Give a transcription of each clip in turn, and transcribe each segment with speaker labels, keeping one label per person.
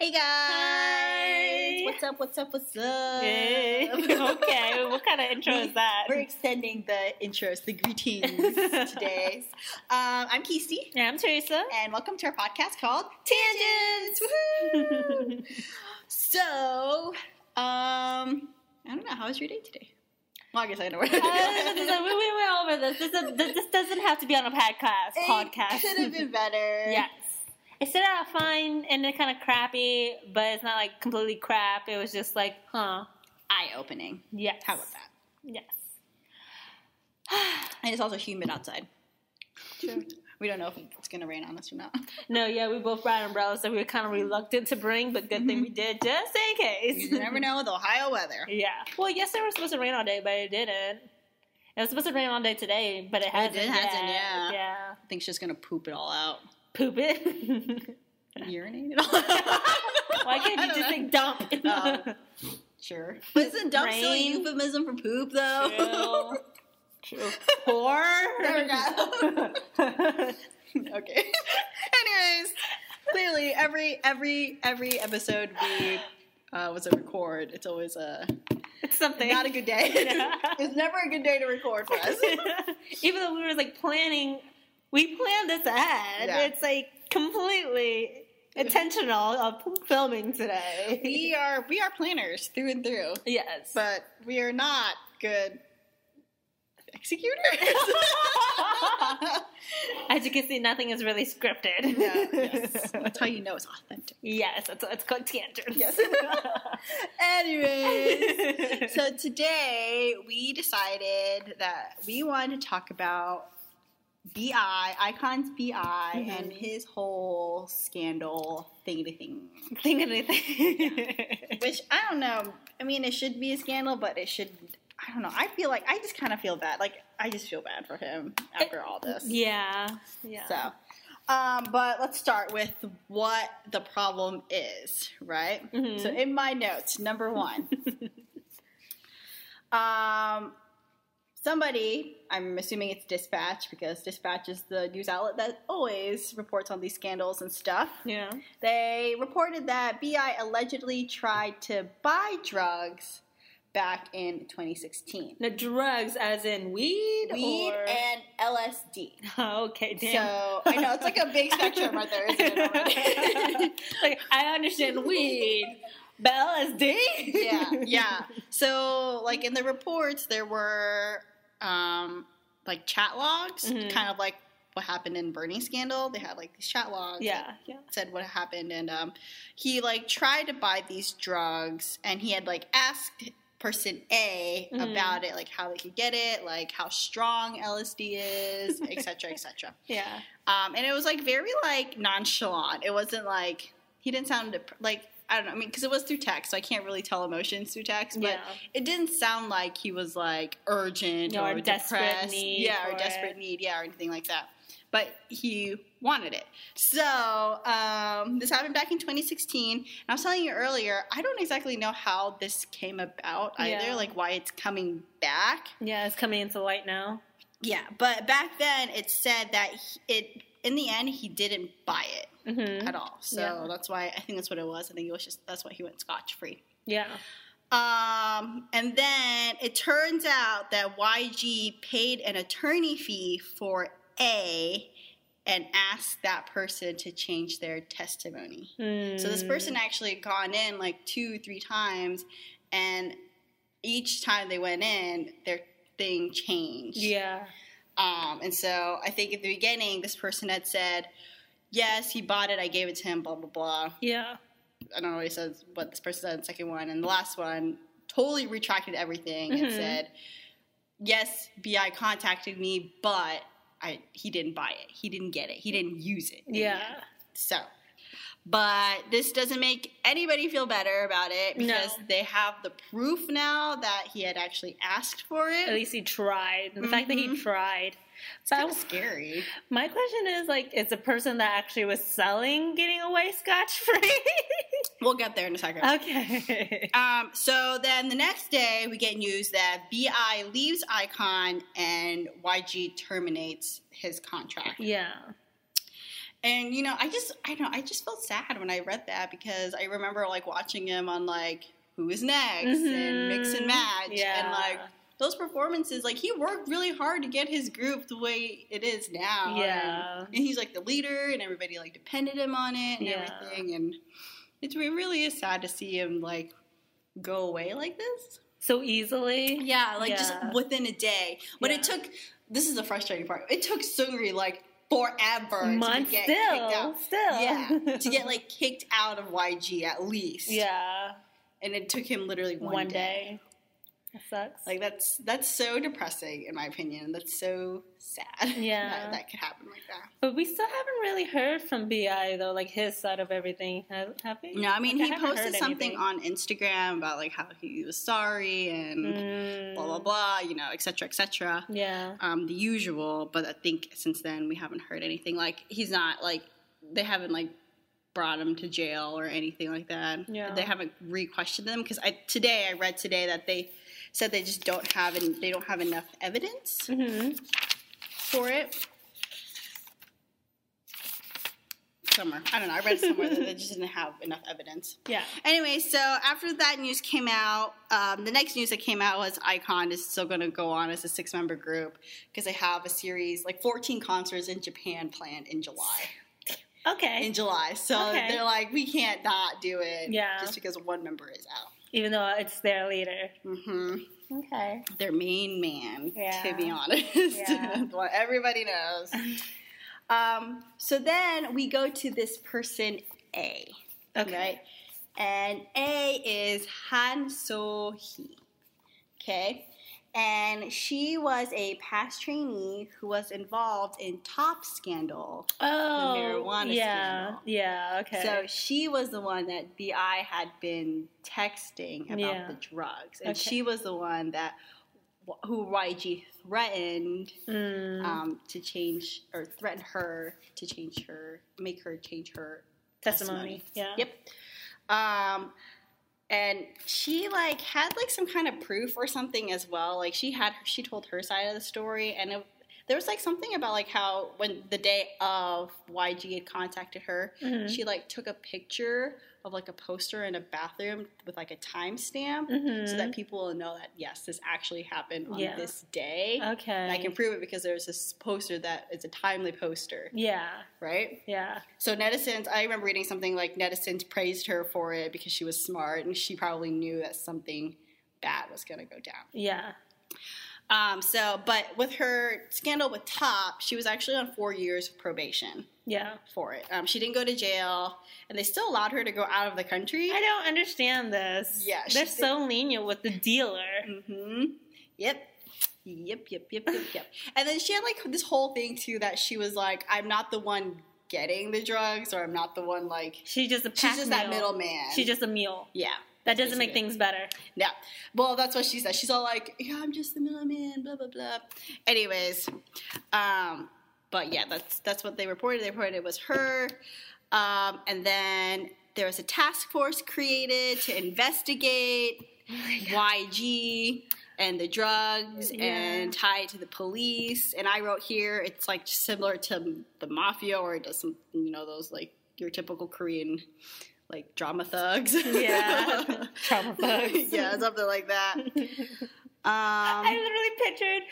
Speaker 1: Hey guys!
Speaker 2: Hi.
Speaker 1: What's up? What's up? What's up?
Speaker 2: Hey. okay, what kind of intro is that?
Speaker 1: We're extending the intros, the greetings today. Um, I'm Kisti,
Speaker 2: Yeah, I'm Teresa.
Speaker 1: and welcome to our podcast called Tangents.
Speaker 2: Oh,
Speaker 1: Woohoo! so, um, I don't know. How was your day today? Well, I guess I know where.
Speaker 2: Uh, we, we went over this. This, is, this. this doesn't have to be on a podcast. podcast.
Speaker 1: could have been better.
Speaker 2: yes. It's still out fine and then kind of crappy, but it's not like completely crap. It was just like, huh?
Speaker 1: Eye opening.
Speaker 2: Yes.
Speaker 1: How about that?
Speaker 2: Yes.
Speaker 1: And it's also humid outside.
Speaker 2: True.
Speaker 1: We don't know if it's gonna rain on us or not.
Speaker 2: No, yeah, we both brought umbrellas that we were kind of reluctant to bring, but good thing we did just in
Speaker 1: You
Speaker 2: case.
Speaker 1: never know with Ohio weather.
Speaker 2: Yeah. Well, yesterday was supposed to rain all day, but it didn't. It was supposed to rain all day today, but it hasn't.
Speaker 1: did- hasn't,
Speaker 2: yet.
Speaker 1: yeah.
Speaker 2: Yeah.
Speaker 1: I think she's gonna poop it all out.
Speaker 2: Poop it.
Speaker 1: Urinate it all out.
Speaker 2: Why can't
Speaker 1: I
Speaker 2: you
Speaker 1: don't
Speaker 2: just
Speaker 1: know.
Speaker 2: say dump?
Speaker 1: Um, Sure. But isn't dump still a
Speaker 2: Rain.
Speaker 1: euphemism for poop though?
Speaker 2: True. True. Poor.
Speaker 1: Oh. There we go. okay. Anyways, clearly every every every episode we uh, was a record. It's always a
Speaker 2: it's something.
Speaker 1: not a good day.
Speaker 2: Yeah.
Speaker 1: it's never a good day to record for us.
Speaker 2: Even though we were like planning, we planned this ahead.
Speaker 1: Yeah.
Speaker 2: It's like completely intentional of filming today.
Speaker 1: we are we are planners through and through,
Speaker 2: yes.
Speaker 1: but we are not good executors.
Speaker 2: As you can see, nothing is really scripted.
Speaker 1: yeah, yes. That's how you know it's authentic.
Speaker 2: Yes, it's, it's called tangents.
Speaker 1: Yes. Anyways, so today we decided that we wanted to talk about BI, Icon's BI, and his whole scandal thingy thing.
Speaker 2: Think of anything.
Speaker 1: Which I don't know. I mean, it should be a scandal, but it should. I don't know. I feel like I just kind of feel bad. Like I just feel bad for him after all this.
Speaker 2: yeah. Yeah.
Speaker 1: So, um, but let's start with what the problem is, right?
Speaker 2: Mhm.
Speaker 1: So, in my notes, number one, um, somebody, I'm assuming it's Dispatch because Dispatch is the news outlet that always reports on these scandals and stuff.
Speaker 2: Yeah.
Speaker 1: They reported that BI allegedly tried to buy drugs back in 2016.
Speaker 2: Now, drugs as in weed?
Speaker 1: Weed
Speaker 2: or...
Speaker 1: and LSD.
Speaker 2: okay, damn.
Speaker 1: So I know it's like a big spectrum right there, isn't it? already?
Speaker 2: like, I understand weed, but LSD?
Speaker 1: yeah, yeah. So like in the reports, there were um, like chat logs,
Speaker 2: Mhm.
Speaker 1: kind of like what happened in Bernie scandal. They had like these chat logs. that
Speaker 2: Yeah. Yeah.
Speaker 1: Said what happened, and um, he like tried to buy these drugs, and he had like asked person A
Speaker 2: Mhm.
Speaker 1: about it, like how they could get it, like how strong LSD is, etc., cetera, etc. Cetera.
Speaker 2: Yeah.
Speaker 1: Um, and it was like very like nonchalant. It wasn't like he didn't sound dep- like I don't know. I mean, because it was through text, so I can't really tell emotions through text. But
Speaker 2: yeah.
Speaker 1: it didn't sound like he was like urgent or,
Speaker 2: Or a desperate
Speaker 1: depressed,
Speaker 2: need
Speaker 1: yeah,
Speaker 2: for
Speaker 1: or desperate need, yeah, or anything like that. But he wanted it. So um, this happened back in 2016. And I was telling you earlier, I don't exactly know how this came about either,
Speaker 2: Yeah.
Speaker 1: like why it's coming back.
Speaker 2: Yeah, it's coming into light now.
Speaker 1: Yeah, but back then it said that he- it in the end he didn't buy it
Speaker 2: Mm-hmm.
Speaker 1: at all. So
Speaker 2: Yeah.
Speaker 1: that's why I think that's what it was. I think it was just that's why he went scotch free.
Speaker 2: Yeah.
Speaker 1: Um, and then it turns out that YG paid an attorney fee for A and asked that person to change their testimony. So this
Speaker 2: Mm.
Speaker 1: person actually had gone in like two, three times, and each time they went in, their thing changed.
Speaker 2: Yeah.
Speaker 1: Um, and so I think at the beginning, this person had said, Yes, he bought it. I gave it to him, blah, blah, blah.
Speaker 2: Yeah.
Speaker 1: I don't know what he says, what this person said in the second one. And the last one totally retracted everything and
Speaker 2: Mhm.
Speaker 1: said, Yes, BI contacted me, but I, he didn't buy it. He didn't get it. He didn't use it. in the
Speaker 2: Yeah.
Speaker 1: end." So, but this doesn't make anybody feel better about it
Speaker 2: No.
Speaker 1: because they have the proof now that he had actually asked for it.
Speaker 2: At least he tried. The fact that he
Speaker 1: Mhm.
Speaker 2: tried.
Speaker 1: it's
Speaker 2: But
Speaker 1: kind of scary.
Speaker 2: my question is like, is the person that actually was selling getting away scotch free?
Speaker 1: We'll get there in a second.
Speaker 2: okay.
Speaker 1: Um, so then the next day, we get news that BI leaves Icon and YG terminates his contract.
Speaker 2: Yeah.
Speaker 1: And you know, I just I don't know, I just felt sad when I read that because I remember like watching him on like Who is Next and Mix and
Speaker 2: Mhm.
Speaker 1: Match and
Speaker 2: Yeah.
Speaker 1: like those performances, like he worked really hard to get his group the way it is now. And,
Speaker 2: Yeah.
Speaker 1: and he's like the leader and everybody like depended him on it and
Speaker 2: Yeah.
Speaker 1: everything and it's it really is sad to see him like go away like this.
Speaker 2: So easily.
Speaker 1: Yeah, like just
Speaker 2: Yeah.
Speaker 1: within a day. But it
Speaker 2: Yeah.
Speaker 1: took. This is the frustrating part. It took Sungri like forever
Speaker 2: Months
Speaker 1: to get kicked
Speaker 2: still.
Speaker 1: out.
Speaker 2: Still.
Speaker 1: Yeah, to get like kicked out of YG at least.
Speaker 2: Yeah.
Speaker 1: and it took him literally one,
Speaker 2: One, day. That sucks.
Speaker 1: Like that's that's so depressing in my opinion. That's so sad.
Speaker 2: Yeah.
Speaker 1: that, that could happen like that.
Speaker 2: but we still haven't really heard from Bi though, like his side of everything, have, have we?
Speaker 1: No, I mean
Speaker 2: Like,
Speaker 1: he
Speaker 2: haven't
Speaker 1: posted
Speaker 2: heard
Speaker 1: something
Speaker 2: anything.
Speaker 1: on Instagram about like how he was sorry and
Speaker 2: Mm.
Speaker 1: blah blah blah. You know, et cetera, et cetera.
Speaker 2: Yeah.
Speaker 1: um, the usual, but I think since then we haven't heard anything. Like he's not like they haven't like brought him to jail or anything like that.
Speaker 2: Yeah.
Speaker 1: they haven't re-questioned them because I today I read today that they said they just don't have and they don't have enough evidence
Speaker 2: hmm
Speaker 1: for it. Somewhere I don't know. I read somewhere that they just didn't have enough evidence.
Speaker 2: Yeah.
Speaker 1: Anyway, so after that news came out, um, the next news that came out was Icon is still going to go on as a six member group because they have a series, like 14 concerts in Japan planned in July.
Speaker 2: Okay.
Speaker 1: In July. So
Speaker 2: Okay.
Speaker 1: they're like, we can't not do it
Speaker 2: Yeah.
Speaker 1: just because one member is out.
Speaker 2: Even though it's there later.
Speaker 1: hmm
Speaker 2: Okay.
Speaker 1: Their main man, to
Speaker 2: Yeah.
Speaker 1: be honest.
Speaker 2: Yeah.
Speaker 1: What Everybody knows. Um, so then we go to this person, A.
Speaker 2: Okay.
Speaker 1: Right? And A is Han So Hee. Okay? And she was a past trainee who was involved in Top Scandal.
Speaker 2: Oh.
Speaker 1: marijuana
Speaker 2: yeah.
Speaker 1: scandal.
Speaker 2: Yeah. Okay.
Speaker 1: So she was the one that BI had been texting about
Speaker 2: Yeah.
Speaker 1: the drugs. And
Speaker 2: Okay.
Speaker 1: she was the one that who YG threatened
Speaker 2: Mm,
Speaker 1: um, to change or threatened her to change her, make her change her
Speaker 2: testimony. Yeah.
Speaker 1: Yep. Um, and she like had like some kind of proof or something as well. Like she had she told her side of the story, and it, there was like something about like how when the day of YG had contacted her,
Speaker 2: Mhm.
Speaker 1: she like took a picture of like a poster in a bathroom with like a timestamp. So
Speaker 2: Mhm.
Speaker 1: that people will know that yes, this actually happened on
Speaker 2: Yeah.
Speaker 1: this day.
Speaker 2: okay.
Speaker 1: And I can prove it because there's this poster that is a timely poster,
Speaker 2: yeah.
Speaker 1: right?
Speaker 2: Yeah.
Speaker 1: So netizens, I remember reading something like netizens praised her for it because she was smart and she probably knew that something bad was going to go down.
Speaker 2: Yeah.
Speaker 1: Um, so, but with her scandal with Top, she was actually on four years of probation
Speaker 2: Yeah.
Speaker 1: for it. Um, she didn't go to jail, and they still allowed her to go out of the country.
Speaker 2: I don't understand this.
Speaker 1: Yeah,
Speaker 2: They're
Speaker 1: she's-
Speaker 2: so lenient with the dealer.
Speaker 1: Mm-hmm. Yep. Yep, yep, yep, yep, yep. And then she had like this whole thing too that she was like, I'm not the one getting the drugs, or I'm not the one like.
Speaker 2: She's just a
Speaker 1: She's
Speaker 2: pack
Speaker 1: just that
Speaker 2: mule.
Speaker 1: middleman.
Speaker 2: She's just a mule.
Speaker 1: Yeah.
Speaker 2: That doesn't make
Speaker 1: basically
Speaker 2: things better.
Speaker 1: Yeah. Well, that's what she said. She's all like, yeah, I'm just the middleman, blah, blah, blah. Anyways, um, but yeah, that's that's what they reported. They reported it was her. Um, and then there was a task force created to investigate
Speaker 2: Oh
Speaker 1: YG and the drugs
Speaker 2: Yeah.
Speaker 1: and tied to the police. And I wrote here, it's like similar to the mafia or it does some, you know, those like your typical Korean like drama thugs.
Speaker 2: Yeah. Trauma bugs.
Speaker 1: yeah, something like that.
Speaker 2: I
Speaker 1: Um,
Speaker 2: literally pictured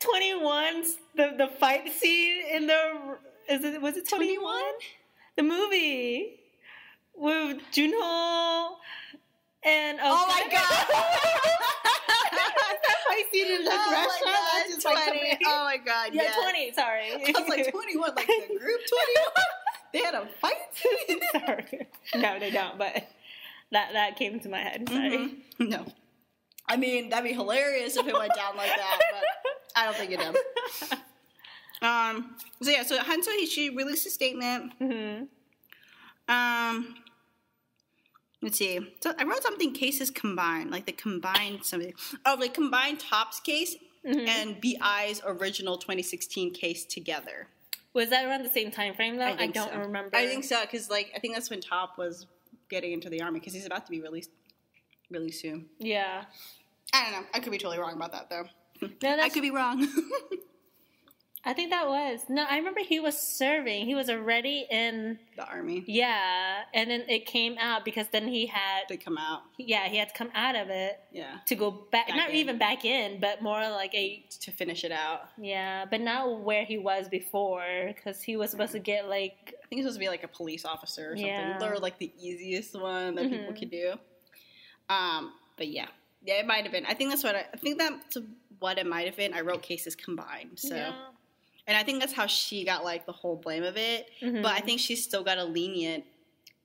Speaker 2: 21's the the fight scene in the is it was it 21?
Speaker 1: 21?
Speaker 2: The movie with Junho and
Speaker 1: oh my god!
Speaker 2: that fight scene in the
Speaker 1: Oh
Speaker 2: restaurant.
Speaker 1: my God,
Speaker 2: It's
Speaker 1: 20.
Speaker 2: like,
Speaker 1: Oh my god!
Speaker 2: yeah,
Speaker 1: yes.
Speaker 2: 20, sorry.
Speaker 1: I was like twenty-one, like the group twenty-one. They had a fight.
Speaker 2: sorry. No, they don't, but that that came to my head. Sorry.
Speaker 1: Mm-hmm. No, I mean that'd be hilarious if it went down like that, but I don't think it did. Um. So yeah, so Hanso Hishi released a statement.
Speaker 2: hmm
Speaker 1: Um, let's see. So I wrote something cases combined, like the combined something. Oh, like combined Tops case
Speaker 2: Mhm.
Speaker 1: and BI's original 2016 case together.
Speaker 2: Was that around the same time frame though? Oh, I, don't
Speaker 1: so.
Speaker 2: remember.
Speaker 1: I think so because like I think that's when Top was getting into the army because he's about to be released really soon.
Speaker 2: Yeah.
Speaker 1: I don't know. I could be totally wrong about that though.
Speaker 2: No,
Speaker 1: I
Speaker 2: that's
Speaker 1: could be wrong.
Speaker 2: I think that was. No, I remember he was serving. He was already in.
Speaker 1: The army.
Speaker 2: Yeah. And then it came out because then he had.
Speaker 1: They come out.
Speaker 2: Yeah, he had to come out of it
Speaker 1: Yeah.
Speaker 2: to go back.
Speaker 1: Back
Speaker 2: not
Speaker 1: in.
Speaker 2: even back in, but more like a.
Speaker 1: To finish it out.
Speaker 2: Yeah, but not where he was before because he was
Speaker 1: Mm-hmm.
Speaker 2: supposed to get like.
Speaker 1: I think it's supposed to be like a police officer or something.
Speaker 2: Yeah.
Speaker 1: They're like the easiest one that people
Speaker 2: Mhm.
Speaker 1: could do. Um, but yeah. Yeah, it might have been. I think that's what I, I think that's what it might have been. I wrote cases combined. So
Speaker 2: Yeah.
Speaker 1: and I think that's how she got like the whole blame of it.
Speaker 2: Mhm.
Speaker 1: But I think she still got a lenient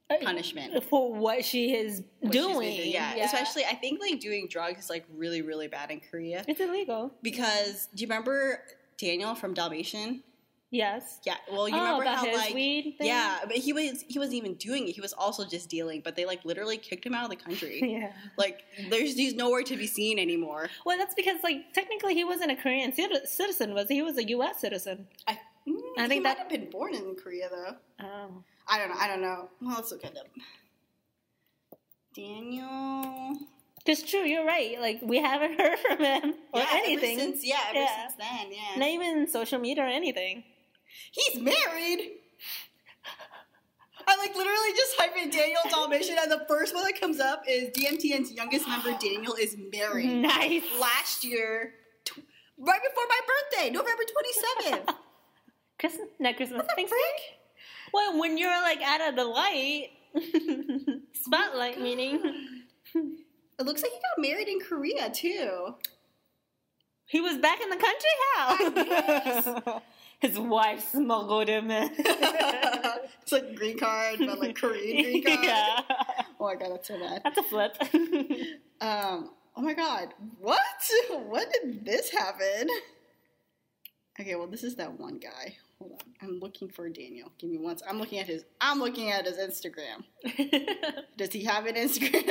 Speaker 2: Uh,
Speaker 1: punishment.
Speaker 2: for what she is
Speaker 1: what she's been
Speaker 2: doing.
Speaker 1: Yeah. Especially I think like doing drugs is like really, really bad in Korea.
Speaker 2: It's illegal.
Speaker 1: Because do you remember Daniel from Dalmatian?
Speaker 2: Yes.
Speaker 1: Yeah. Well you
Speaker 2: oh,
Speaker 1: remember
Speaker 2: about
Speaker 1: how
Speaker 2: his
Speaker 1: like
Speaker 2: weed thing?
Speaker 1: Yeah, but he was he wasn't even doing it. He was also just dealing, but they like literally kicked him out of the country.
Speaker 2: Yeah.
Speaker 1: like there's he's nowhere to be seen anymore.
Speaker 2: Well, that's because, like, technically he wasn't a Korean citi- citizen, was he? He was a U.S. citizen.
Speaker 1: I, mm,
Speaker 2: I
Speaker 1: he might
Speaker 2: think that-
Speaker 1: have been born in Korea though.
Speaker 2: Oh.
Speaker 1: I don't know. I don't know. Well, let's look it up. Daniel.
Speaker 2: It's true, you're right. Like, we haven't heard from him or
Speaker 1: yeah,
Speaker 2: anything.
Speaker 1: Ever since, yeah, ever
Speaker 2: Yeah.
Speaker 1: since then, yeah.
Speaker 2: Not even social media or anything.
Speaker 1: He's married. I like literally just type in Daniel Dalmatian, and the first one that comes up is DMTN's youngest member Daniel is married.
Speaker 2: Nice.
Speaker 1: Last year, tw- right before my birthday, November twenty seventh.
Speaker 2: Christmas, not Christmas. Thanksgiving. Well, when you're, like, out of the light,
Speaker 1: Oh
Speaker 2: spotlight meaning,
Speaker 1: It looks like he got married in Korea too.
Speaker 2: he was back in the country house. His wife smuggled him in.
Speaker 1: it's like green card, but like Korean green card.
Speaker 2: yeah.
Speaker 1: Oh my god, that's so bad.
Speaker 2: That's a flip.
Speaker 1: Um. Oh my god. What? When did this happen? Okay. Well, this is that one guy. Hold on. I'm looking for Daniel. Give me one. sec. I'm looking at his. I'm looking at his Instagram. Does he have an Instagram?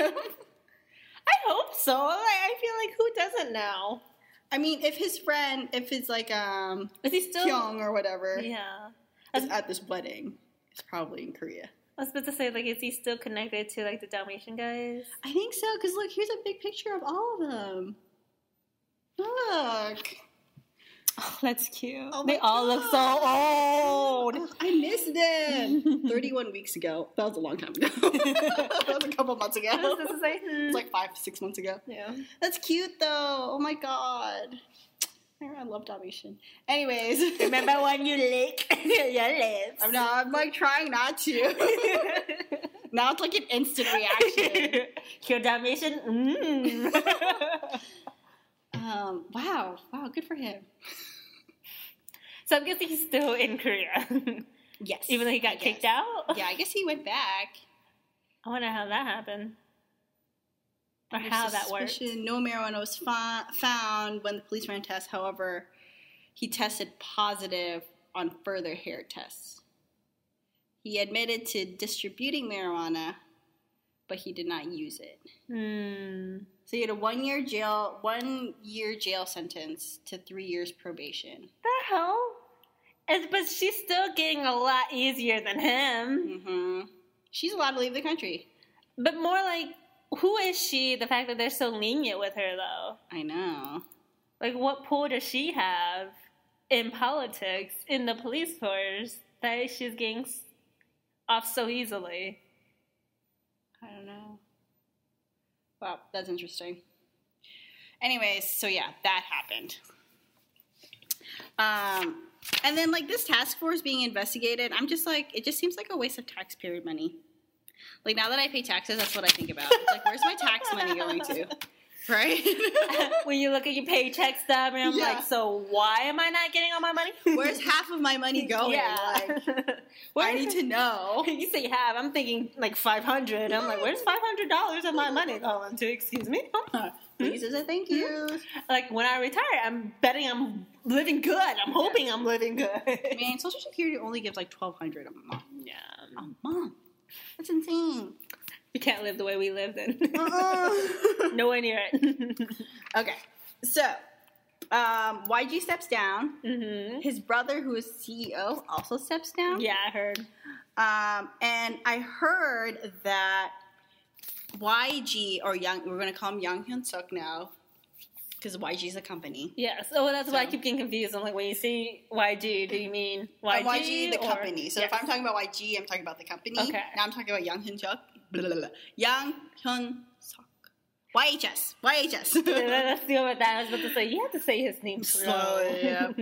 Speaker 2: I hope so. Like, I feel like who doesn't now?
Speaker 1: I mean, if his friend, if it's like um
Speaker 2: Is he still?
Speaker 1: Pyong or whatever,
Speaker 2: Yeah.
Speaker 1: is at this wedding, it's probably in Korea.
Speaker 2: I was about to say, like, is he still connected to, like, the Dalmatian guys?
Speaker 1: I think so, because look, here's a big picture of all of them. Look.
Speaker 2: Oh, that's cute.
Speaker 1: Oh
Speaker 2: they
Speaker 1: my
Speaker 2: all look so old.
Speaker 1: I miss them. 31 weeks ago. That was a long time ago. that was a couple months ago.
Speaker 2: I was about
Speaker 1: It
Speaker 2: to say, hmm.
Speaker 1: was like five, six months ago.
Speaker 2: yeah.
Speaker 1: That's cute though. Oh my god. I love Dalmatian. Anyways.
Speaker 2: Remember when you lick your lips?
Speaker 1: I'm not, I'm like trying not to. now it's like an instant reaction.
Speaker 2: Your Dalmatian? Mm.
Speaker 1: Um, wow. Wow. Good for him.
Speaker 2: so I'm guessing he's still in Korea.
Speaker 1: Yes.
Speaker 2: Even though he got
Speaker 1: I
Speaker 2: kicked
Speaker 1: guess.
Speaker 2: out?
Speaker 1: Yeah, I guess he went back.
Speaker 2: I wonder how that happened. Or
Speaker 1: Under
Speaker 2: how that works.
Speaker 1: suspicion, No marijuana was fo- found when the police ran tests. However, he tested positive on further hair tests. He admitted to distributing marijuana, but he did not use it.
Speaker 2: Hmm.
Speaker 1: So he had a one year jail, one year jail sentence to three years probation.
Speaker 2: The hell? And, but she's still getting a lot easier than him.
Speaker 1: hmm She's allowed to leave the country.
Speaker 2: But more like, who is she? The fact that they're so lenient with her, though.
Speaker 1: I know.
Speaker 2: Like, what pull does she have in politics, in the police force, that she's getting s- off so easily?
Speaker 1: I don't know. Wow, that's interesting. Anyways, so yeah, that happened. Um, and then like this task force being investigated, I'm just like, it just seems like a waste of taxpayer money. Like now that I pay taxes, that's what I think about. It's like, where's my tax money going to? Right?
Speaker 2: when you look at your paycheck stub, and I'm
Speaker 1: Yeah.
Speaker 2: like, so why am I not getting all my money?
Speaker 1: where's half of my money going? Like, I
Speaker 2: Where's-
Speaker 1: need to know.
Speaker 2: you say half. I'm thinking like 500. I'm like, where's 500 dollars of my money going to? Excuse me.
Speaker 1: Please as a thank you.
Speaker 2: Like when I retire, I'm betting I'm living good. I'm hoping I'm living good.
Speaker 1: I mean, Social Security only gives like twelve hundred a month.
Speaker 2: yeah,
Speaker 1: A month. That's insane.
Speaker 2: we can't live the way we live then.
Speaker 1: Uh-uh.
Speaker 2: Nowhere near it.
Speaker 1: Okay. So, um, YG steps down.
Speaker 2: hmm
Speaker 1: His brother, who is CEO, also steps down.
Speaker 2: Yeah, I heard.
Speaker 1: Um, and I heard that YG or Young, we're gonna call him Young Hyun Suk now, because YG is a company.
Speaker 2: Yeah, so that's why I
Speaker 1: So-
Speaker 2: keep getting confused. I'm like, when you say YG, do you mean YG?
Speaker 1: YG, YG the
Speaker 2: or-
Speaker 1: company. So if
Speaker 2: Yes.
Speaker 1: I'm talking about YG, I'm talking about the company.
Speaker 2: Okay.
Speaker 1: Now I'm talking about Young Hyun Suk. Blah, blah, blah. Young Hyun Suk. YHS.
Speaker 2: Yeah,
Speaker 1: YHS.
Speaker 2: Let's deal with that. I was about to say, you have to say his name slow.
Speaker 1: Slow, yeah.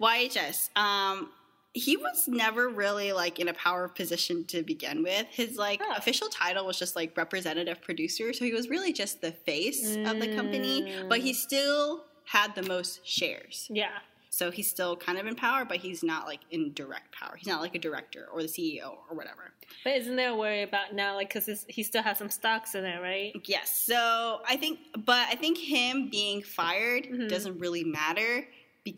Speaker 1: YHS. Um, he was never really like in a power position to begin with. His like
Speaker 2: Oh.
Speaker 1: official title was just like representative producer, so he was really just the face of the company, but he still had the most shares.
Speaker 2: yeah.
Speaker 1: So he's still kind of in power, but he's not like in direct power. He's not like a director or the CEO or whatever.
Speaker 2: But isn't there a worry about now, like, because he still has some stocks in there, right?
Speaker 1: Yes. So I think, but I think him being fired
Speaker 2: Mhm.
Speaker 1: doesn't really matter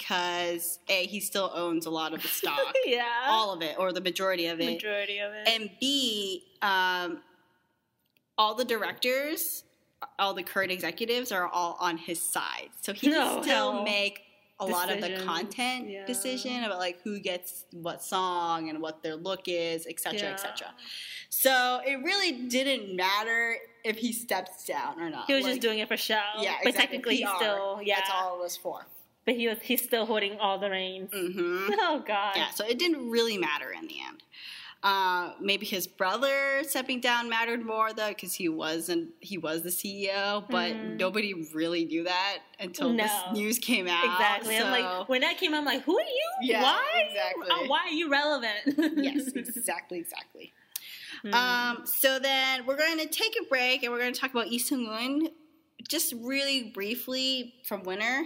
Speaker 1: because A, he still owns a lot of the stock,
Speaker 2: yeah.
Speaker 1: all of it, or the majority of it.
Speaker 2: Majority of it.
Speaker 1: and B, um, all the directors, all the current executives are all on his side, so he
Speaker 2: No,
Speaker 1: can still
Speaker 2: hell.
Speaker 1: make a lot of the
Speaker 2: Decisions,
Speaker 1: content
Speaker 2: yeah.
Speaker 1: decision about like who gets what song and what their look is, etc.,
Speaker 2: Yeah.
Speaker 1: etc. So it really didn't matter if he steps down or not.
Speaker 2: He was
Speaker 1: Like,
Speaker 2: just doing it for show.
Speaker 1: yeah,
Speaker 2: But
Speaker 1: exactly,
Speaker 2: technically, he's
Speaker 1: PR.
Speaker 2: still, yeah.
Speaker 1: that's all it was for.
Speaker 2: But he was, he's still holding all the reins.
Speaker 1: hmm
Speaker 2: Oh, God.
Speaker 1: Yeah, so it didn't really matter in the end. Uh, maybe his brother stepping down mattered more though, because he wasn't he was the CEO, but
Speaker 2: Mhm.
Speaker 1: nobody really knew that until this
Speaker 2: No.
Speaker 1: news came out.
Speaker 2: Exactly. I'm
Speaker 1: so-
Speaker 2: like, when that came out, I'm like, who are you?
Speaker 1: Yeah,
Speaker 2: why?
Speaker 1: exactly.
Speaker 2: Uh, why are you relevant?
Speaker 1: yes, exactly, exactly.
Speaker 2: Hmm.
Speaker 1: Um, so then we're going to take a break and we're going to talk about Lee Sung Woon just really briefly from Winter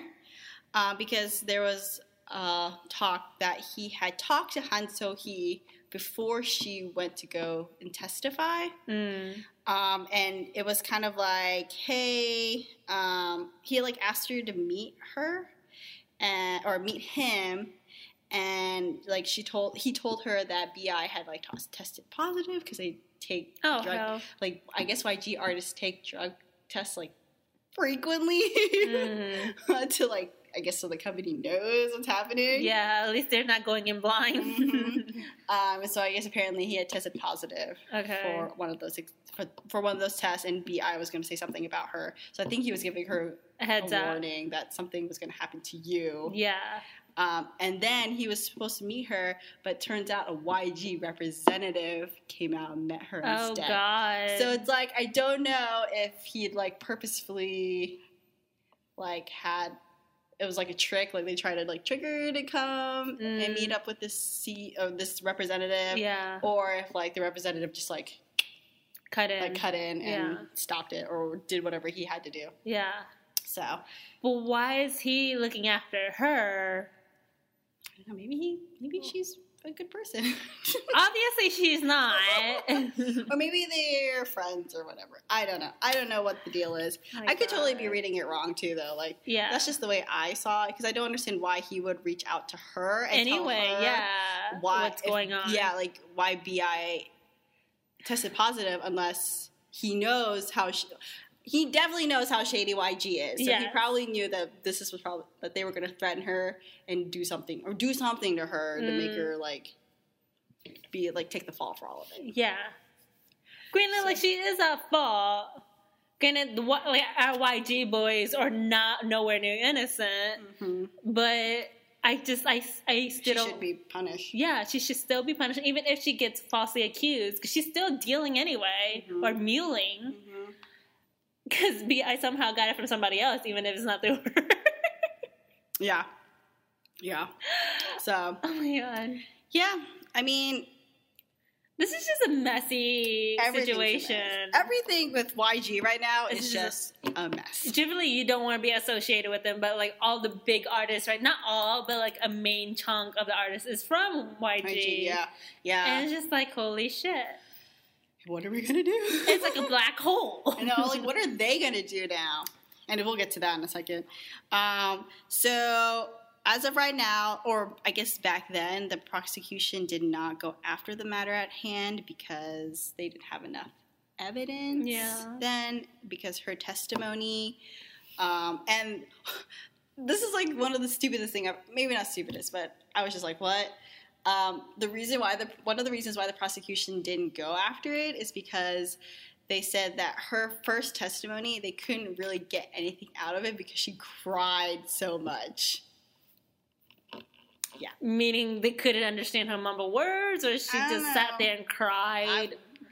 Speaker 1: uh, because there was uh, talk that he had talked to Han So Hee before she went to go and testify.
Speaker 2: Mm.
Speaker 1: Um, and it was kind of like, hey, um, he like asked her to meet her and, or meet him. And like she told, he told her that BI had like tos- tested positive because they take
Speaker 2: Oh,
Speaker 1: drug,
Speaker 2: hell.
Speaker 1: like I guess YG artists take drug tests like frequently uh,
Speaker 2: Mm.
Speaker 1: to like I guess so the company knows what's happening.
Speaker 2: Yeah, at least they're not going in blind.
Speaker 1: Mhm. Um, so I guess apparently he had tested positive
Speaker 2: Okay.
Speaker 1: for one of those ex- for, for one of those tests, and Bi was going to say something about her. So I think he was giving her
Speaker 2: A Heads
Speaker 1: a
Speaker 2: up.
Speaker 1: warning that something was going to happen to you.
Speaker 2: Yeah.
Speaker 1: Um, and then he was supposed to meet her, but turns out a YG representative came out and met her
Speaker 2: Oh,
Speaker 1: instead.
Speaker 2: God.
Speaker 1: So it's like I don't know if he'd like purposefully like had it was like a trick, like they tried to like trick her to come and
Speaker 2: Mm.
Speaker 1: meet up with this C or this representative.
Speaker 2: yeah.
Speaker 1: Or if like the representative just like
Speaker 2: Cut in.
Speaker 1: like cut in and
Speaker 2: Yeah.
Speaker 1: stopped it or did whatever he had to do.
Speaker 2: Yeah.
Speaker 1: So I
Speaker 2: But why is he looking after her?
Speaker 1: don't know, maybe he maybe she's a good person.
Speaker 2: Obviously, she's not.
Speaker 1: or maybe they're friends or whatever. I don't know. I don't know what the deal is.
Speaker 2: Oh
Speaker 1: I could totally be reading it wrong too though. Like
Speaker 2: Yeah.
Speaker 1: That's just the way I saw it because I don't understand why he would reach out to her and tell
Speaker 2: anyway,
Speaker 1: her
Speaker 2: yeah.
Speaker 1: why-
Speaker 2: What's
Speaker 1: if-
Speaker 2: going on?
Speaker 1: yeah, like why Bi tested positive unless he knows how sh he definitely knows how shady YG is. So he
Speaker 2: Yes.
Speaker 1: probably knew that this is was probably that they were going to threaten her and do something or do something to her to make
Speaker 2: Mm.
Speaker 1: her like be like take the fall for all of it.
Speaker 2: Yeah. Granted,
Speaker 1: So-
Speaker 2: like she is at fault. Granted, the, wa- like our YG boys are not nowhere near innocent, but I just I I
Speaker 1: Mm. She
Speaker 2: still
Speaker 1: should be punished.
Speaker 2: yeah she should still be punished even if she gets falsely accused because she's still dealing anyway
Speaker 1: Mhm.
Speaker 2: or muling
Speaker 1: Mhm.
Speaker 2: because I somehow got it from somebody else even if it's not through her.
Speaker 1: Yeah, yeah. So
Speaker 2: oh my god,
Speaker 1: yeah, I mean.
Speaker 2: this is just a messy
Speaker 1: Everything's a mess.
Speaker 2: situation.
Speaker 1: Everything with YG right now
Speaker 2: It's
Speaker 1: is just a mess.
Speaker 2: Generally, you don't want to be associated with them, but like all the big artists, right? Not all, but like a main chunk of the artists is from YG.
Speaker 1: YG, yeah, yeah.
Speaker 2: And it's just like, holy shit.
Speaker 1: what are we gonna do?
Speaker 2: It's like a black hole.
Speaker 1: and I'm like, what are they gonna do now? And we'll get to that in a second. Um, so as of right now, or I guess back then, the prosecution did not go after the matter at hand because they didn't have enough evidence
Speaker 2: Yeah.
Speaker 1: then because her testimony um, and this is like one of the stupidest thing I've, maybe not stupidest but i was just like what um, the reason why the one of the reasons why the prosecution didn't go after it is because they said that her first testimony, they couldn't really get anything out of it because she cried so much.
Speaker 2: Meaning they couldn't understand her mumble words, or she
Speaker 1: I
Speaker 2: just
Speaker 1: don't
Speaker 2: sat
Speaker 1: know.
Speaker 2: there and cried.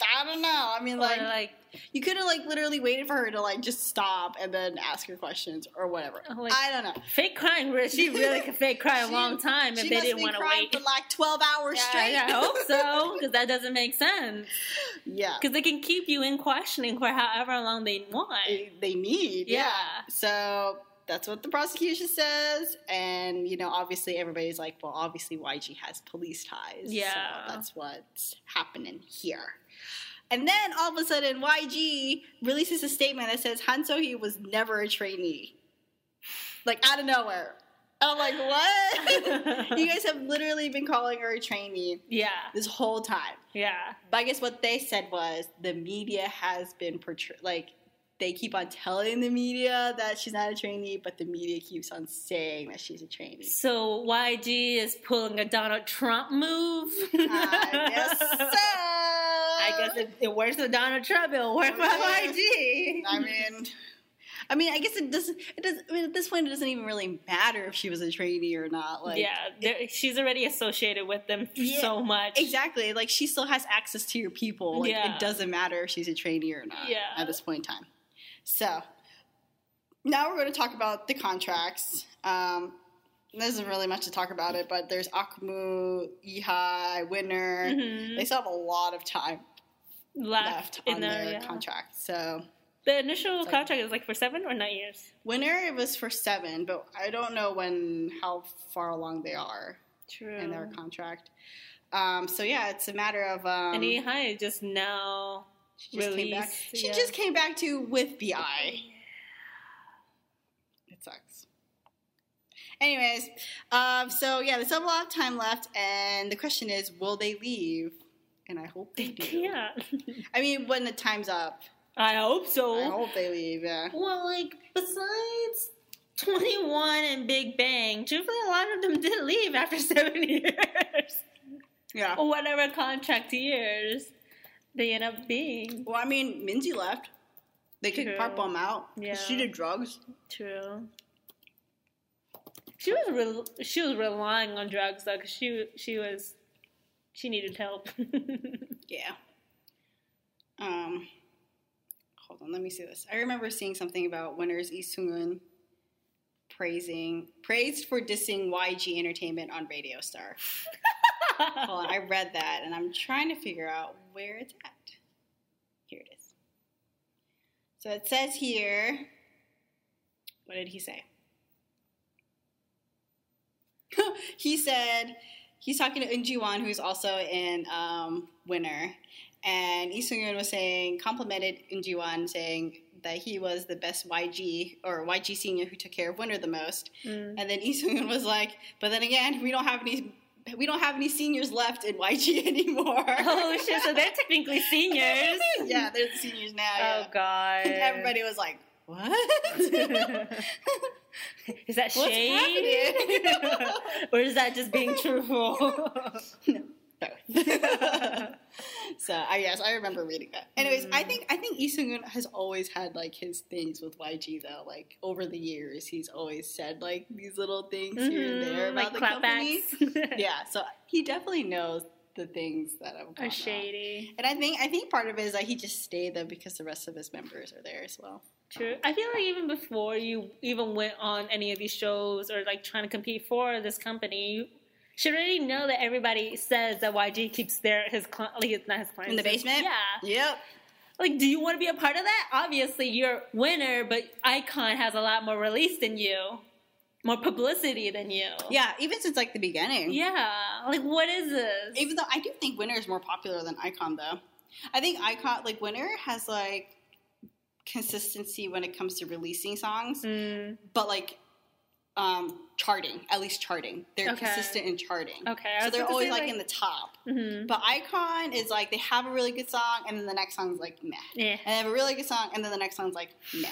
Speaker 1: I don't know. I mean,
Speaker 2: or
Speaker 1: like,
Speaker 2: like,
Speaker 1: you could have like literally waited for her to like just stop and then ask her questions or whatever.
Speaker 2: Oh, like-
Speaker 1: I don't know.
Speaker 2: fake crying. where She really could fake cry a
Speaker 1: She-
Speaker 2: long time if
Speaker 1: She
Speaker 2: they
Speaker 1: must
Speaker 2: didn't
Speaker 1: be
Speaker 2: want to
Speaker 1: crying
Speaker 2: wait.
Speaker 1: for like twelve hours
Speaker 2: Yeah,
Speaker 1: straight.
Speaker 2: I hope so, because that doesn't make sense.
Speaker 1: yeah.
Speaker 2: Because they can keep you in questioning for however long they want.
Speaker 1: they they need. Yeah.
Speaker 2: Yeah.
Speaker 1: So that's what the prosecution says. And, you know, obviously everybody's like, well, obviously YG has police ties. So
Speaker 2: Yeah.
Speaker 1: that's what's happening here. And then all of a sudden, YG releases a statement that says Han So Hee was never a trainee. Like, out of nowhere. And I'm like, what? you guys have literally been calling her a trainee
Speaker 2: yeah,
Speaker 1: this whole time.
Speaker 2: yeah,
Speaker 1: But I guess what they said was the media has been portrayed like they keep on telling the media that she's not a trainee, but the media keeps on saying that she's a trainee.
Speaker 2: So YG is pulling a Donald Trump move.
Speaker 1: I guess so.
Speaker 2: I
Speaker 1: I
Speaker 2: guess it, it works for Donald Trump. It'll work for
Speaker 1: Yeah.
Speaker 2: YG.
Speaker 1: I mean, I mean, I guess it doesn't. It doesn't. I mean, at this point, it doesn't even really matter if she was a trainee or not. Like,
Speaker 2: yeah, there- she's already associated with them
Speaker 1: Yeah,
Speaker 2: so much.
Speaker 1: exactly. Like, she still has access to your people. Like,
Speaker 2: Yeah.
Speaker 1: it doesn't matter if she's a trainee or not.
Speaker 2: Yeah.
Speaker 1: At this point in time, so now we're going to talk about the contracts. Um, there isn't really much to talk about it, but there's Akumu, Ihai, Winner.
Speaker 2: Mhm.
Speaker 1: They still have a lot of time
Speaker 2: Left,
Speaker 1: left,
Speaker 2: in
Speaker 1: on
Speaker 2: the,
Speaker 1: their
Speaker 2: yeah.
Speaker 1: contract. So
Speaker 2: The initial
Speaker 1: like-
Speaker 2: contract is like for seven or nine years.
Speaker 1: Winner it was for seven, but I don't know when how far along they are
Speaker 2: True.
Speaker 1: in their contract. Um, so yeah, it's a matter of um,
Speaker 2: and Ihai is just now.
Speaker 1: She just came back.
Speaker 2: released,
Speaker 1: She
Speaker 2: yeah.
Speaker 1: just came back to with BI. It sucks. Anyways, um, so yeah, there's still a lot of time left, and the question is, will they leave? And I hope they
Speaker 2: They
Speaker 1: do.
Speaker 2: can't.
Speaker 1: I mean, when the time's up,
Speaker 2: I hope so.
Speaker 1: I hope they leave. Yeah.
Speaker 2: Well, like besides Twenty One and Big Bang, truthfully, a lot of them did leave after seven years
Speaker 1: Yeah.
Speaker 2: or whatever contract years they end up being.
Speaker 1: Well, I mean, Minzy left. They
Speaker 2: True.
Speaker 1: could pop bomb out.
Speaker 2: Yeah.
Speaker 1: She did drugs.
Speaker 2: True. She was re- she was relying on drugs though, 'cause she she was she needed help.
Speaker 1: Yeah. Um, hold on, let me see this. I remember seeing something about winners Lee Sung-un praising praised for dissing YG Entertainment on Radio Star. hold on, I read that and I'm trying to figure out where it's at. Here it is. So it says here. What did he say? he said he's talking to Eun Ji Won, who's also in um, Winner, and Lee Sung Yoon was saying complimented Eun Ji Won, saying that he was the best YG or YG senior who took care of Winner the most.
Speaker 2: Mm.
Speaker 1: And then Lee Sung Yoon was like, "But then again, we don't have any." We don't have any seniors left in YG anymore.
Speaker 2: oh shit! So they're technically seniors.
Speaker 1: yeah, they're the seniors now.
Speaker 2: Oh
Speaker 1: yeah.
Speaker 2: god.
Speaker 1: Everybody was like, "What?
Speaker 2: is that
Speaker 1: What's
Speaker 2: shade?
Speaker 1: happening?"
Speaker 2: or is that just being truthful?
Speaker 1: Both. so I yes, I remember reading that. Anyways, I
Speaker 2: Mm.
Speaker 1: think I think Isungun has always had like his things with YG though. Like over the years, he's always said like these little things here and there
Speaker 2: Mhm,
Speaker 1: about the company.
Speaker 2: clapbacks
Speaker 1: Yeah, so he definitely knows the things that have gone
Speaker 2: are
Speaker 1: on.
Speaker 2: shady.
Speaker 1: And I think I think part of it is that he just stayed though because the rest of his members are there as well.
Speaker 2: True. I feel like even before you even went on any of these shows or like trying to compete for this company, you should already know that everybody says that YG keeps their his cli- like it's not his clients
Speaker 1: In the basement?
Speaker 2: Yeah.
Speaker 1: Yep.
Speaker 2: Like, do you want to be a part of that? Obviously, you're a winner, but Icon has a lot more release than you, more publicity than you.
Speaker 1: Yeah, even since like the beginning.
Speaker 2: Yeah. Like, what is this?
Speaker 1: Even though I do think Winner is more popular than Icon, though. I think Icon, like Winner, has like consistency when it comes to releasing songs,
Speaker 2: Mm,
Speaker 1: but like um charting, at least charting. They're
Speaker 2: Okay.
Speaker 1: consistent in charting.
Speaker 2: okay. I
Speaker 1: So
Speaker 2: was
Speaker 1: they're
Speaker 2: about to
Speaker 1: always
Speaker 2: say,
Speaker 1: like, in the top.
Speaker 2: mhm.
Speaker 1: But Icon is like they have a really good song, and then the next song's like meh.
Speaker 2: Yeah.
Speaker 1: And they have a really good song, and then the next song's like meh.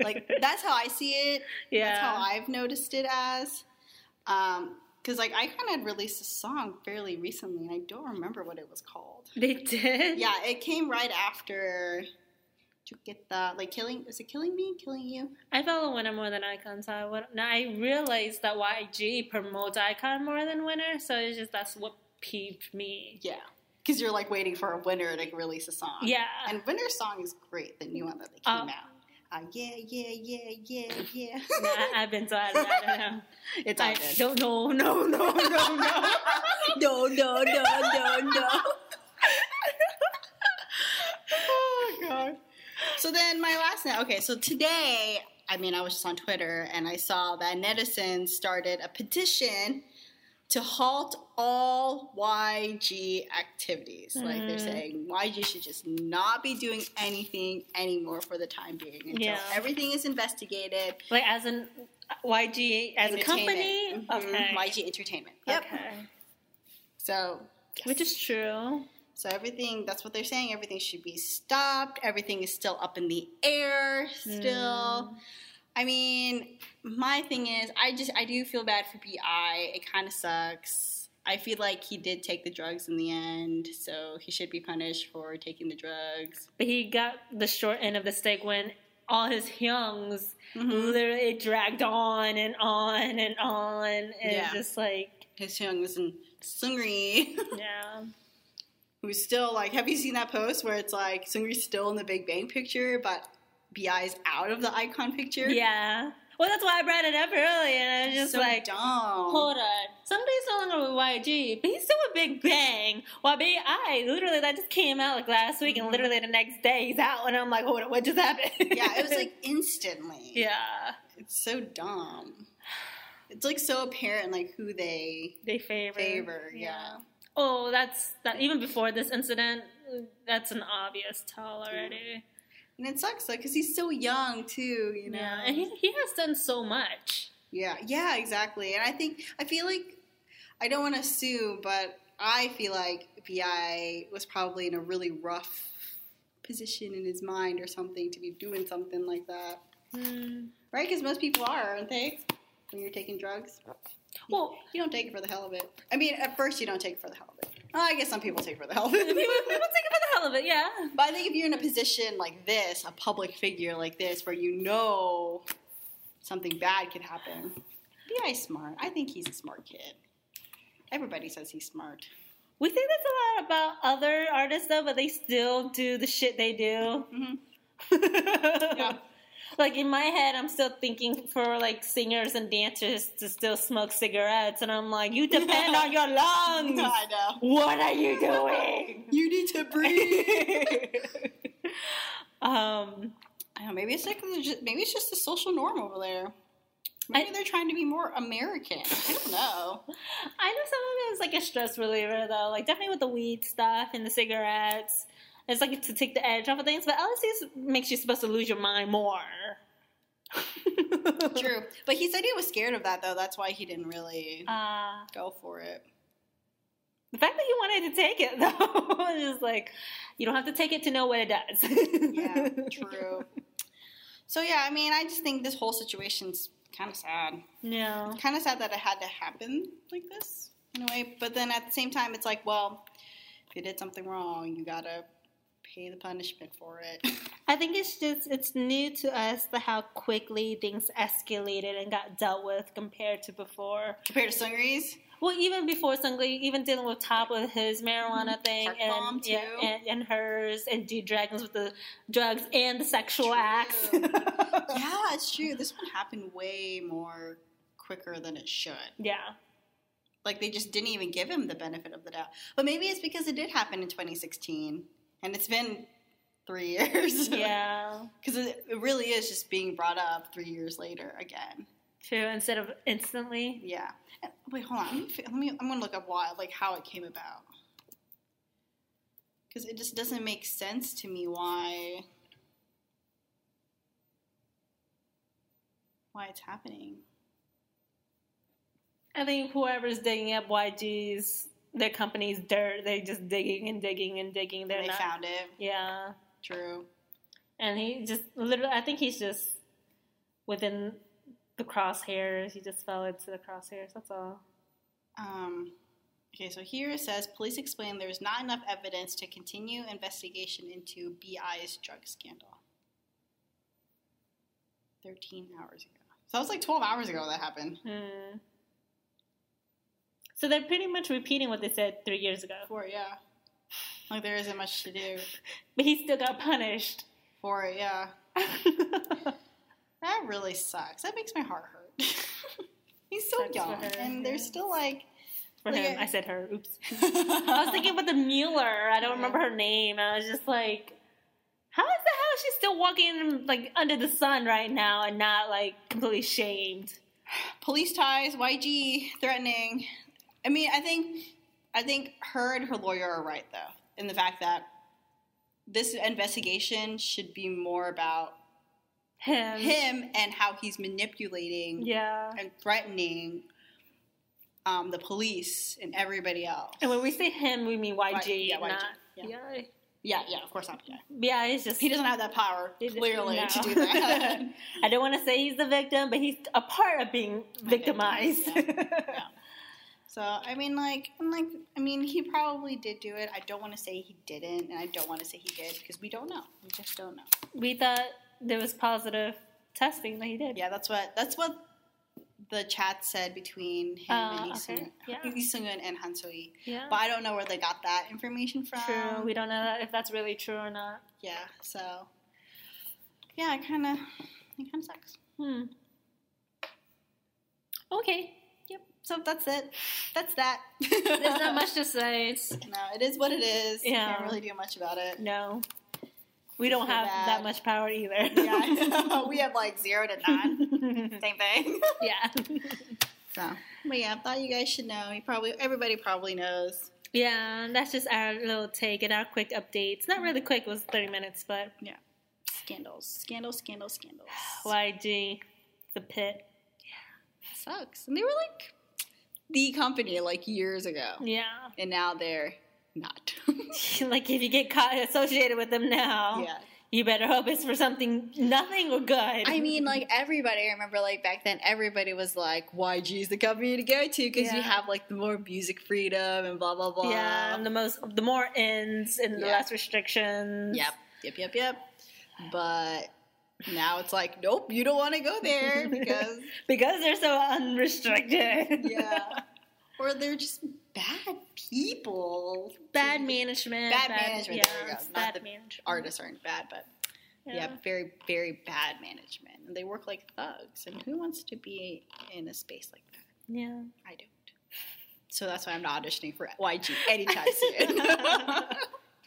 Speaker 1: like that's how I see it.
Speaker 2: yeah.
Speaker 1: That's how I've noticed it as. Um, because like Icon had released a song fairly recently, and I don't remember what it was called.
Speaker 2: They did.
Speaker 1: Yeah, it came right after to get the like killing. Is it killing me? Killing you?
Speaker 2: I follow Winner more than Icon, so I would, now I realized that YG promotes Icon more than Winner, so it's just that's what peeved me.
Speaker 1: Yeah, because you're like waiting for a winner to release a song.
Speaker 2: Yeah,
Speaker 1: and winner's song is great. The new one that they came
Speaker 2: Oh.
Speaker 1: out. Uh, yeah, yeah, yeah, yeah, yeah.
Speaker 2: Nah, I've been so out of it, I don't know.
Speaker 1: it's all
Speaker 2: I
Speaker 1: good.
Speaker 2: don't know, no, no, no, no.
Speaker 1: no, no, no, no, no. oh god. So then my last night. Okay, so today, I mean, I was just on Twitter and I saw that netizens started a petition to halt all YG activities. Like they're
Speaker 2: Mhm.
Speaker 1: saying YG should just not be doing anything anymore for the time being until
Speaker 2: Yeah.
Speaker 1: everything is investigated.
Speaker 2: Like as an YG as a company,
Speaker 1: Entertainment. Mhm,
Speaker 2: okay.
Speaker 1: YG Entertainment. Yep.
Speaker 2: Okay.
Speaker 1: So. yes.
Speaker 2: Which is true.
Speaker 1: So everything that's what they're saying, everything should be stopped. Everything is still up in the air still. I mean, my thing is I just I do feel bad for BI. It kind of sucks. I feel like he did take the drugs in the end, so he should be punished for taking the drugs.
Speaker 2: But he got the short end of the stick when all his hyungs
Speaker 1: Mm-hmm.
Speaker 2: literally it dragged on and on and on. And
Speaker 1: Yeah.
Speaker 2: it's just like
Speaker 1: His young was in Sungri,
Speaker 2: yeah.
Speaker 1: who's still like, have you seen that post where it's like Sungri's still in the Big Bang picture, but Bi is out of the icon picture?
Speaker 2: Yeah. Well that's why I brought it up earlier and I was just
Speaker 1: so
Speaker 2: like
Speaker 1: dumb.
Speaker 2: Hold on. Somebody's no longer with YG, but he's still with Big Bang. While BI, literally, that just came out like last week,
Speaker 1: Mm-hmm.
Speaker 2: and literally the next day he's out, and I'm like, hold on, what just happened?
Speaker 1: yeah, it was like instantly.
Speaker 2: yeah.
Speaker 1: It's so dumb. It's like so apparent, like who they
Speaker 2: They favor.
Speaker 1: favor. Yeah.
Speaker 2: Oh, that's that. Even before this incident, that's an obvious tell already.
Speaker 1: and it sucks though because he's so young too. You know.
Speaker 2: Yeah, and he, he has done so much.
Speaker 1: yeah, yeah, exactly. And I think I feel like I don't want to assume, but I feel like Vi was probably in a really rough position in his mind or something to be doing something like that,
Speaker 2: Mm.
Speaker 1: right? Because most people are, aren't they? When you're taking drugs.
Speaker 2: Well,
Speaker 1: You don't take it for the hell of it. I mean, at first you don't take it for the hell of it. Well, I guess some people take it for the hell of
Speaker 2: people, people
Speaker 1: it.
Speaker 2: take it for the hell of it. Yeah,
Speaker 1: but I think if you're in a position like this, a public figure like this, where you know something bad could happen, B.I. smart. I think he's a smart kid. Everybody says he's smart.
Speaker 2: we think that's a lot about other artists though, but they still do the shit they do.
Speaker 1: Mhm.
Speaker 2: Mm-hmm. Like in my head, I'm still thinking for like singers and dancers to still smoke cigarettes, and I'm like, you depend on your lungs.
Speaker 1: I know.
Speaker 2: What are you doing?
Speaker 1: You need to breathe.
Speaker 2: Um,
Speaker 1: I don't know. Maybe it's like maybe it's just the social norm over there. Maybe they're trying to be more American. I don't know.
Speaker 2: I know some of it is like a stress reliever though, like definitely with the weed stuff and the cigarettes. It's like to take the edge off of things, but LSD makes you supposed to lose your mind more. Uh,
Speaker 1: True. But he said he was scared of that though. That's why he didn't really
Speaker 2: Uh,
Speaker 1: go for it.
Speaker 2: the fact that he wanted to take it though is just like you don't have to take it to know what it does.
Speaker 1: Yeah, true. So yeah, I mean, I just think this whole situation's kind of sad.
Speaker 2: No.
Speaker 1: Kind of sad that it had to happen like this in a way. But then at the same time, it's like, well, if you did something wrong, you gotta pay the punishment for it.
Speaker 2: I think it's just it's new to us the how quickly things escalated and got dealt with compared to before.
Speaker 1: Compared to Sungries,
Speaker 2: Well, even before Sunglee, even dealing with Top with his marijuana thing
Speaker 1: Park
Speaker 2: and,
Speaker 1: Mm-hmm. Bomb,
Speaker 2: yeah,
Speaker 1: too.
Speaker 2: and and hers and D Dragons with the drugs and the sexual acts.
Speaker 1: yeah, it's true. This one happened way more quicker than it should.
Speaker 2: yeah.
Speaker 1: Like they just didn't even give him the benefit of the doubt. But maybe it's because it did happen in 2016, and it's been three years.
Speaker 2: Yeah.
Speaker 1: because it, it really is just being brought up three years later again.
Speaker 2: True. Instead of instantly.
Speaker 1: Yeah. And- Wait, hold on. Let me, fi- let me. I'm gonna look up why, like how it came about. Because it just doesn't make sense to me why why it's happening.
Speaker 2: I think whoever's digging up YG's their company's dirt, they just digging and digging and digging. They're
Speaker 1: they
Speaker 2: not.
Speaker 1: found it.
Speaker 2: Yeah.
Speaker 1: True.
Speaker 2: and he just literally i think he's just within the crosshairs he just fell into the crosshairs that's all
Speaker 1: Um, okay, so here it says police explain there's not enough evidence to continue investigation into BI's drug scandal. 13 hours ago. So that was like 12 hours ago that happened.
Speaker 2: Hmm. So they're pretty much repeating what they said three years ago,
Speaker 1: For it, yeah. Like there isn't much to do.
Speaker 2: but he still got punished.
Speaker 1: For it, yeah. That really sucks. That makes my heart hurt. He's so
Speaker 2: Sucks for
Speaker 1: young,
Speaker 2: her,
Speaker 1: and they're
Speaker 2: yeah.
Speaker 1: still like.
Speaker 2: For
Speaker 1: Like,
Speaker 2: him,
Speaker 1: I-
Speaker 2: I said her. Oops. I
Speaker 1: I
Speaker 2: was thinking about the Mueller. I don't
Speaker 1: Yeah.
Speaker 2: remember her name. I was just like, how is the hell is she still walking like under the sun right now and not like completely shamed?
Speaker 1: police ties, YG threatening. I mean, I think, I think her and her lawyer are right though, in the fact that this investigation should be more about
Speaker 2: Him.
Speaker 1: him and how he's manipulating
Speaker 2: Yeah.
Speaker 1: and threatening um, the police and everybody else.
Speaker 2: And when we say him, we mean YG,
Speaker 1: Y- yeah, YG,
Speaker 2: not
Speaker 1: yeah.
Speaker 2: yeah.
Speaker 1: yeah, yeah, of course not. Yeah.
Speaker 2: Yeah, it's just
Speaker 1: He doesn't have that power
Speaker 2: He doesn't-
Speaker 1: clearly
Speaker 2: no.
Speaker 1: to do that.
Speaker 2: I don't want to say he's the victim, but he's a part of being victimized.
Speaker 1: Yeah. So I mean, like, I'm like, I mean, he probably did do it. I don't want to say he didn't, and I don't want to say he did because we don't know. We just don't know.
Speaker 2: we thought there was positive testing that he did.
Speaker 1: Yeah, that's what that's what the chat said between him
Speaker 2: Uh,
Speaker 1: and Isungun,
Speaker 2: okay, yeah.
Speaker 1: Isungun and Hansoi.
Speaker 2: Yeah.
Speaker 1: But Um, I don't know where they got that information from.
Speaker 2: True. We don't know if that's really true or not.
Speaker 1: yeah. So yeah, it kind of it kind of sucks.
Speaker 2: Hmm. Okay.
Speaker 1: Yep. So that's it. That's that.
Speaker 2: There's not much to say. It's,
Speaker 1: No, it is what it is. You
Speaker 2: Yeah.
Speaker 1: Can't really do much about it.
Speaker 2: no. We don't
Speaker 1: Feel
Speaker 2: have
Speaker 1: bad.
Speaker 2: that much power either.
Speaker 1: Yeah, I know. we have like zero to none. Same thing.
Speaker 2: yeah.
Speaker 1: So, but yeah, I thought you guys should know. You probably, everybody probably knows.
Speaker 2: Yeah, that's just our little take and our quick updates. Not really quick, it was 30 minutes, but
Speaker 1: Scandals, scandals, scandals, scandals.
Speaker 2: YG, the pit.
Speaker 1: sucks? And they were like the company like years ago,
Speaker 2: Yeah.
Speaker 1: and now they're not.
Speaker 2: like if you get caught associated with them now,
Speaker 1: yeah,
Speaker 2: you better hope it's for something nothing or good.
Speaker 1: I mean, like everybody. I remember like back then, everybody was like, "YG's the company to go to" because
Speaker 2: Yeah.
Speaker 1: you have like the more music freedom and blah blah blah.
Speaker 2: yeah, and the most, the more ends and the
Speaker 1: Yeah.
Speaker 2: less restrictions.
Speaker 1: Yep, yep, yep, yep. But now it's like, nope, you don't want to go there because
Speaker 2: because they're so unrestricted.
Speaker 1: yeah, or they're just bad people.
Speaker 2: bad management.
Speaker 1: Bad management,
Speaker 2: Yeah,
Speaker 1: there we go.
Speaker 2: it's
Speaker 1: Not
Speaker 2: bad
Speaker 1: the
Speaker 2: management.
Speaker 1: Artists aren't bad, but yeah. very, very bad management, and they work like thugs. And who wants to be in a space like that?
Speaker 2: Yeah.
Speaker 1: I don't. So that's why I'm not auditioning for YG anytime soon.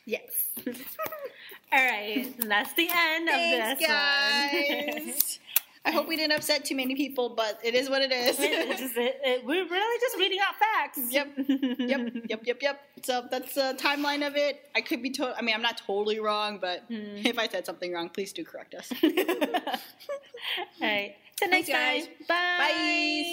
Speaker 1: yes.
Speaker 2: All right, and that's the end of
Speaker 1: Thanks,
Speaker 2: this one.
Speaker 1: guys. I hope we didn't upset too many people, but it is what it is.
Speaker 2: It's just- it- it- we're really just reading out facts.
Speaker 1: Yep. yep, yep, yep, yep. So that's the timeline of it. I could be told. I mean, I'm not totally wrong, but
Speaker 2: Mm.
Speaker 1: if I said something wrong, please do correct us.
Speaker 2: All right. Till next
Speaker 1: Thanks, guys.
Speaker 2: time. Bye.
Speaker 1: Bye.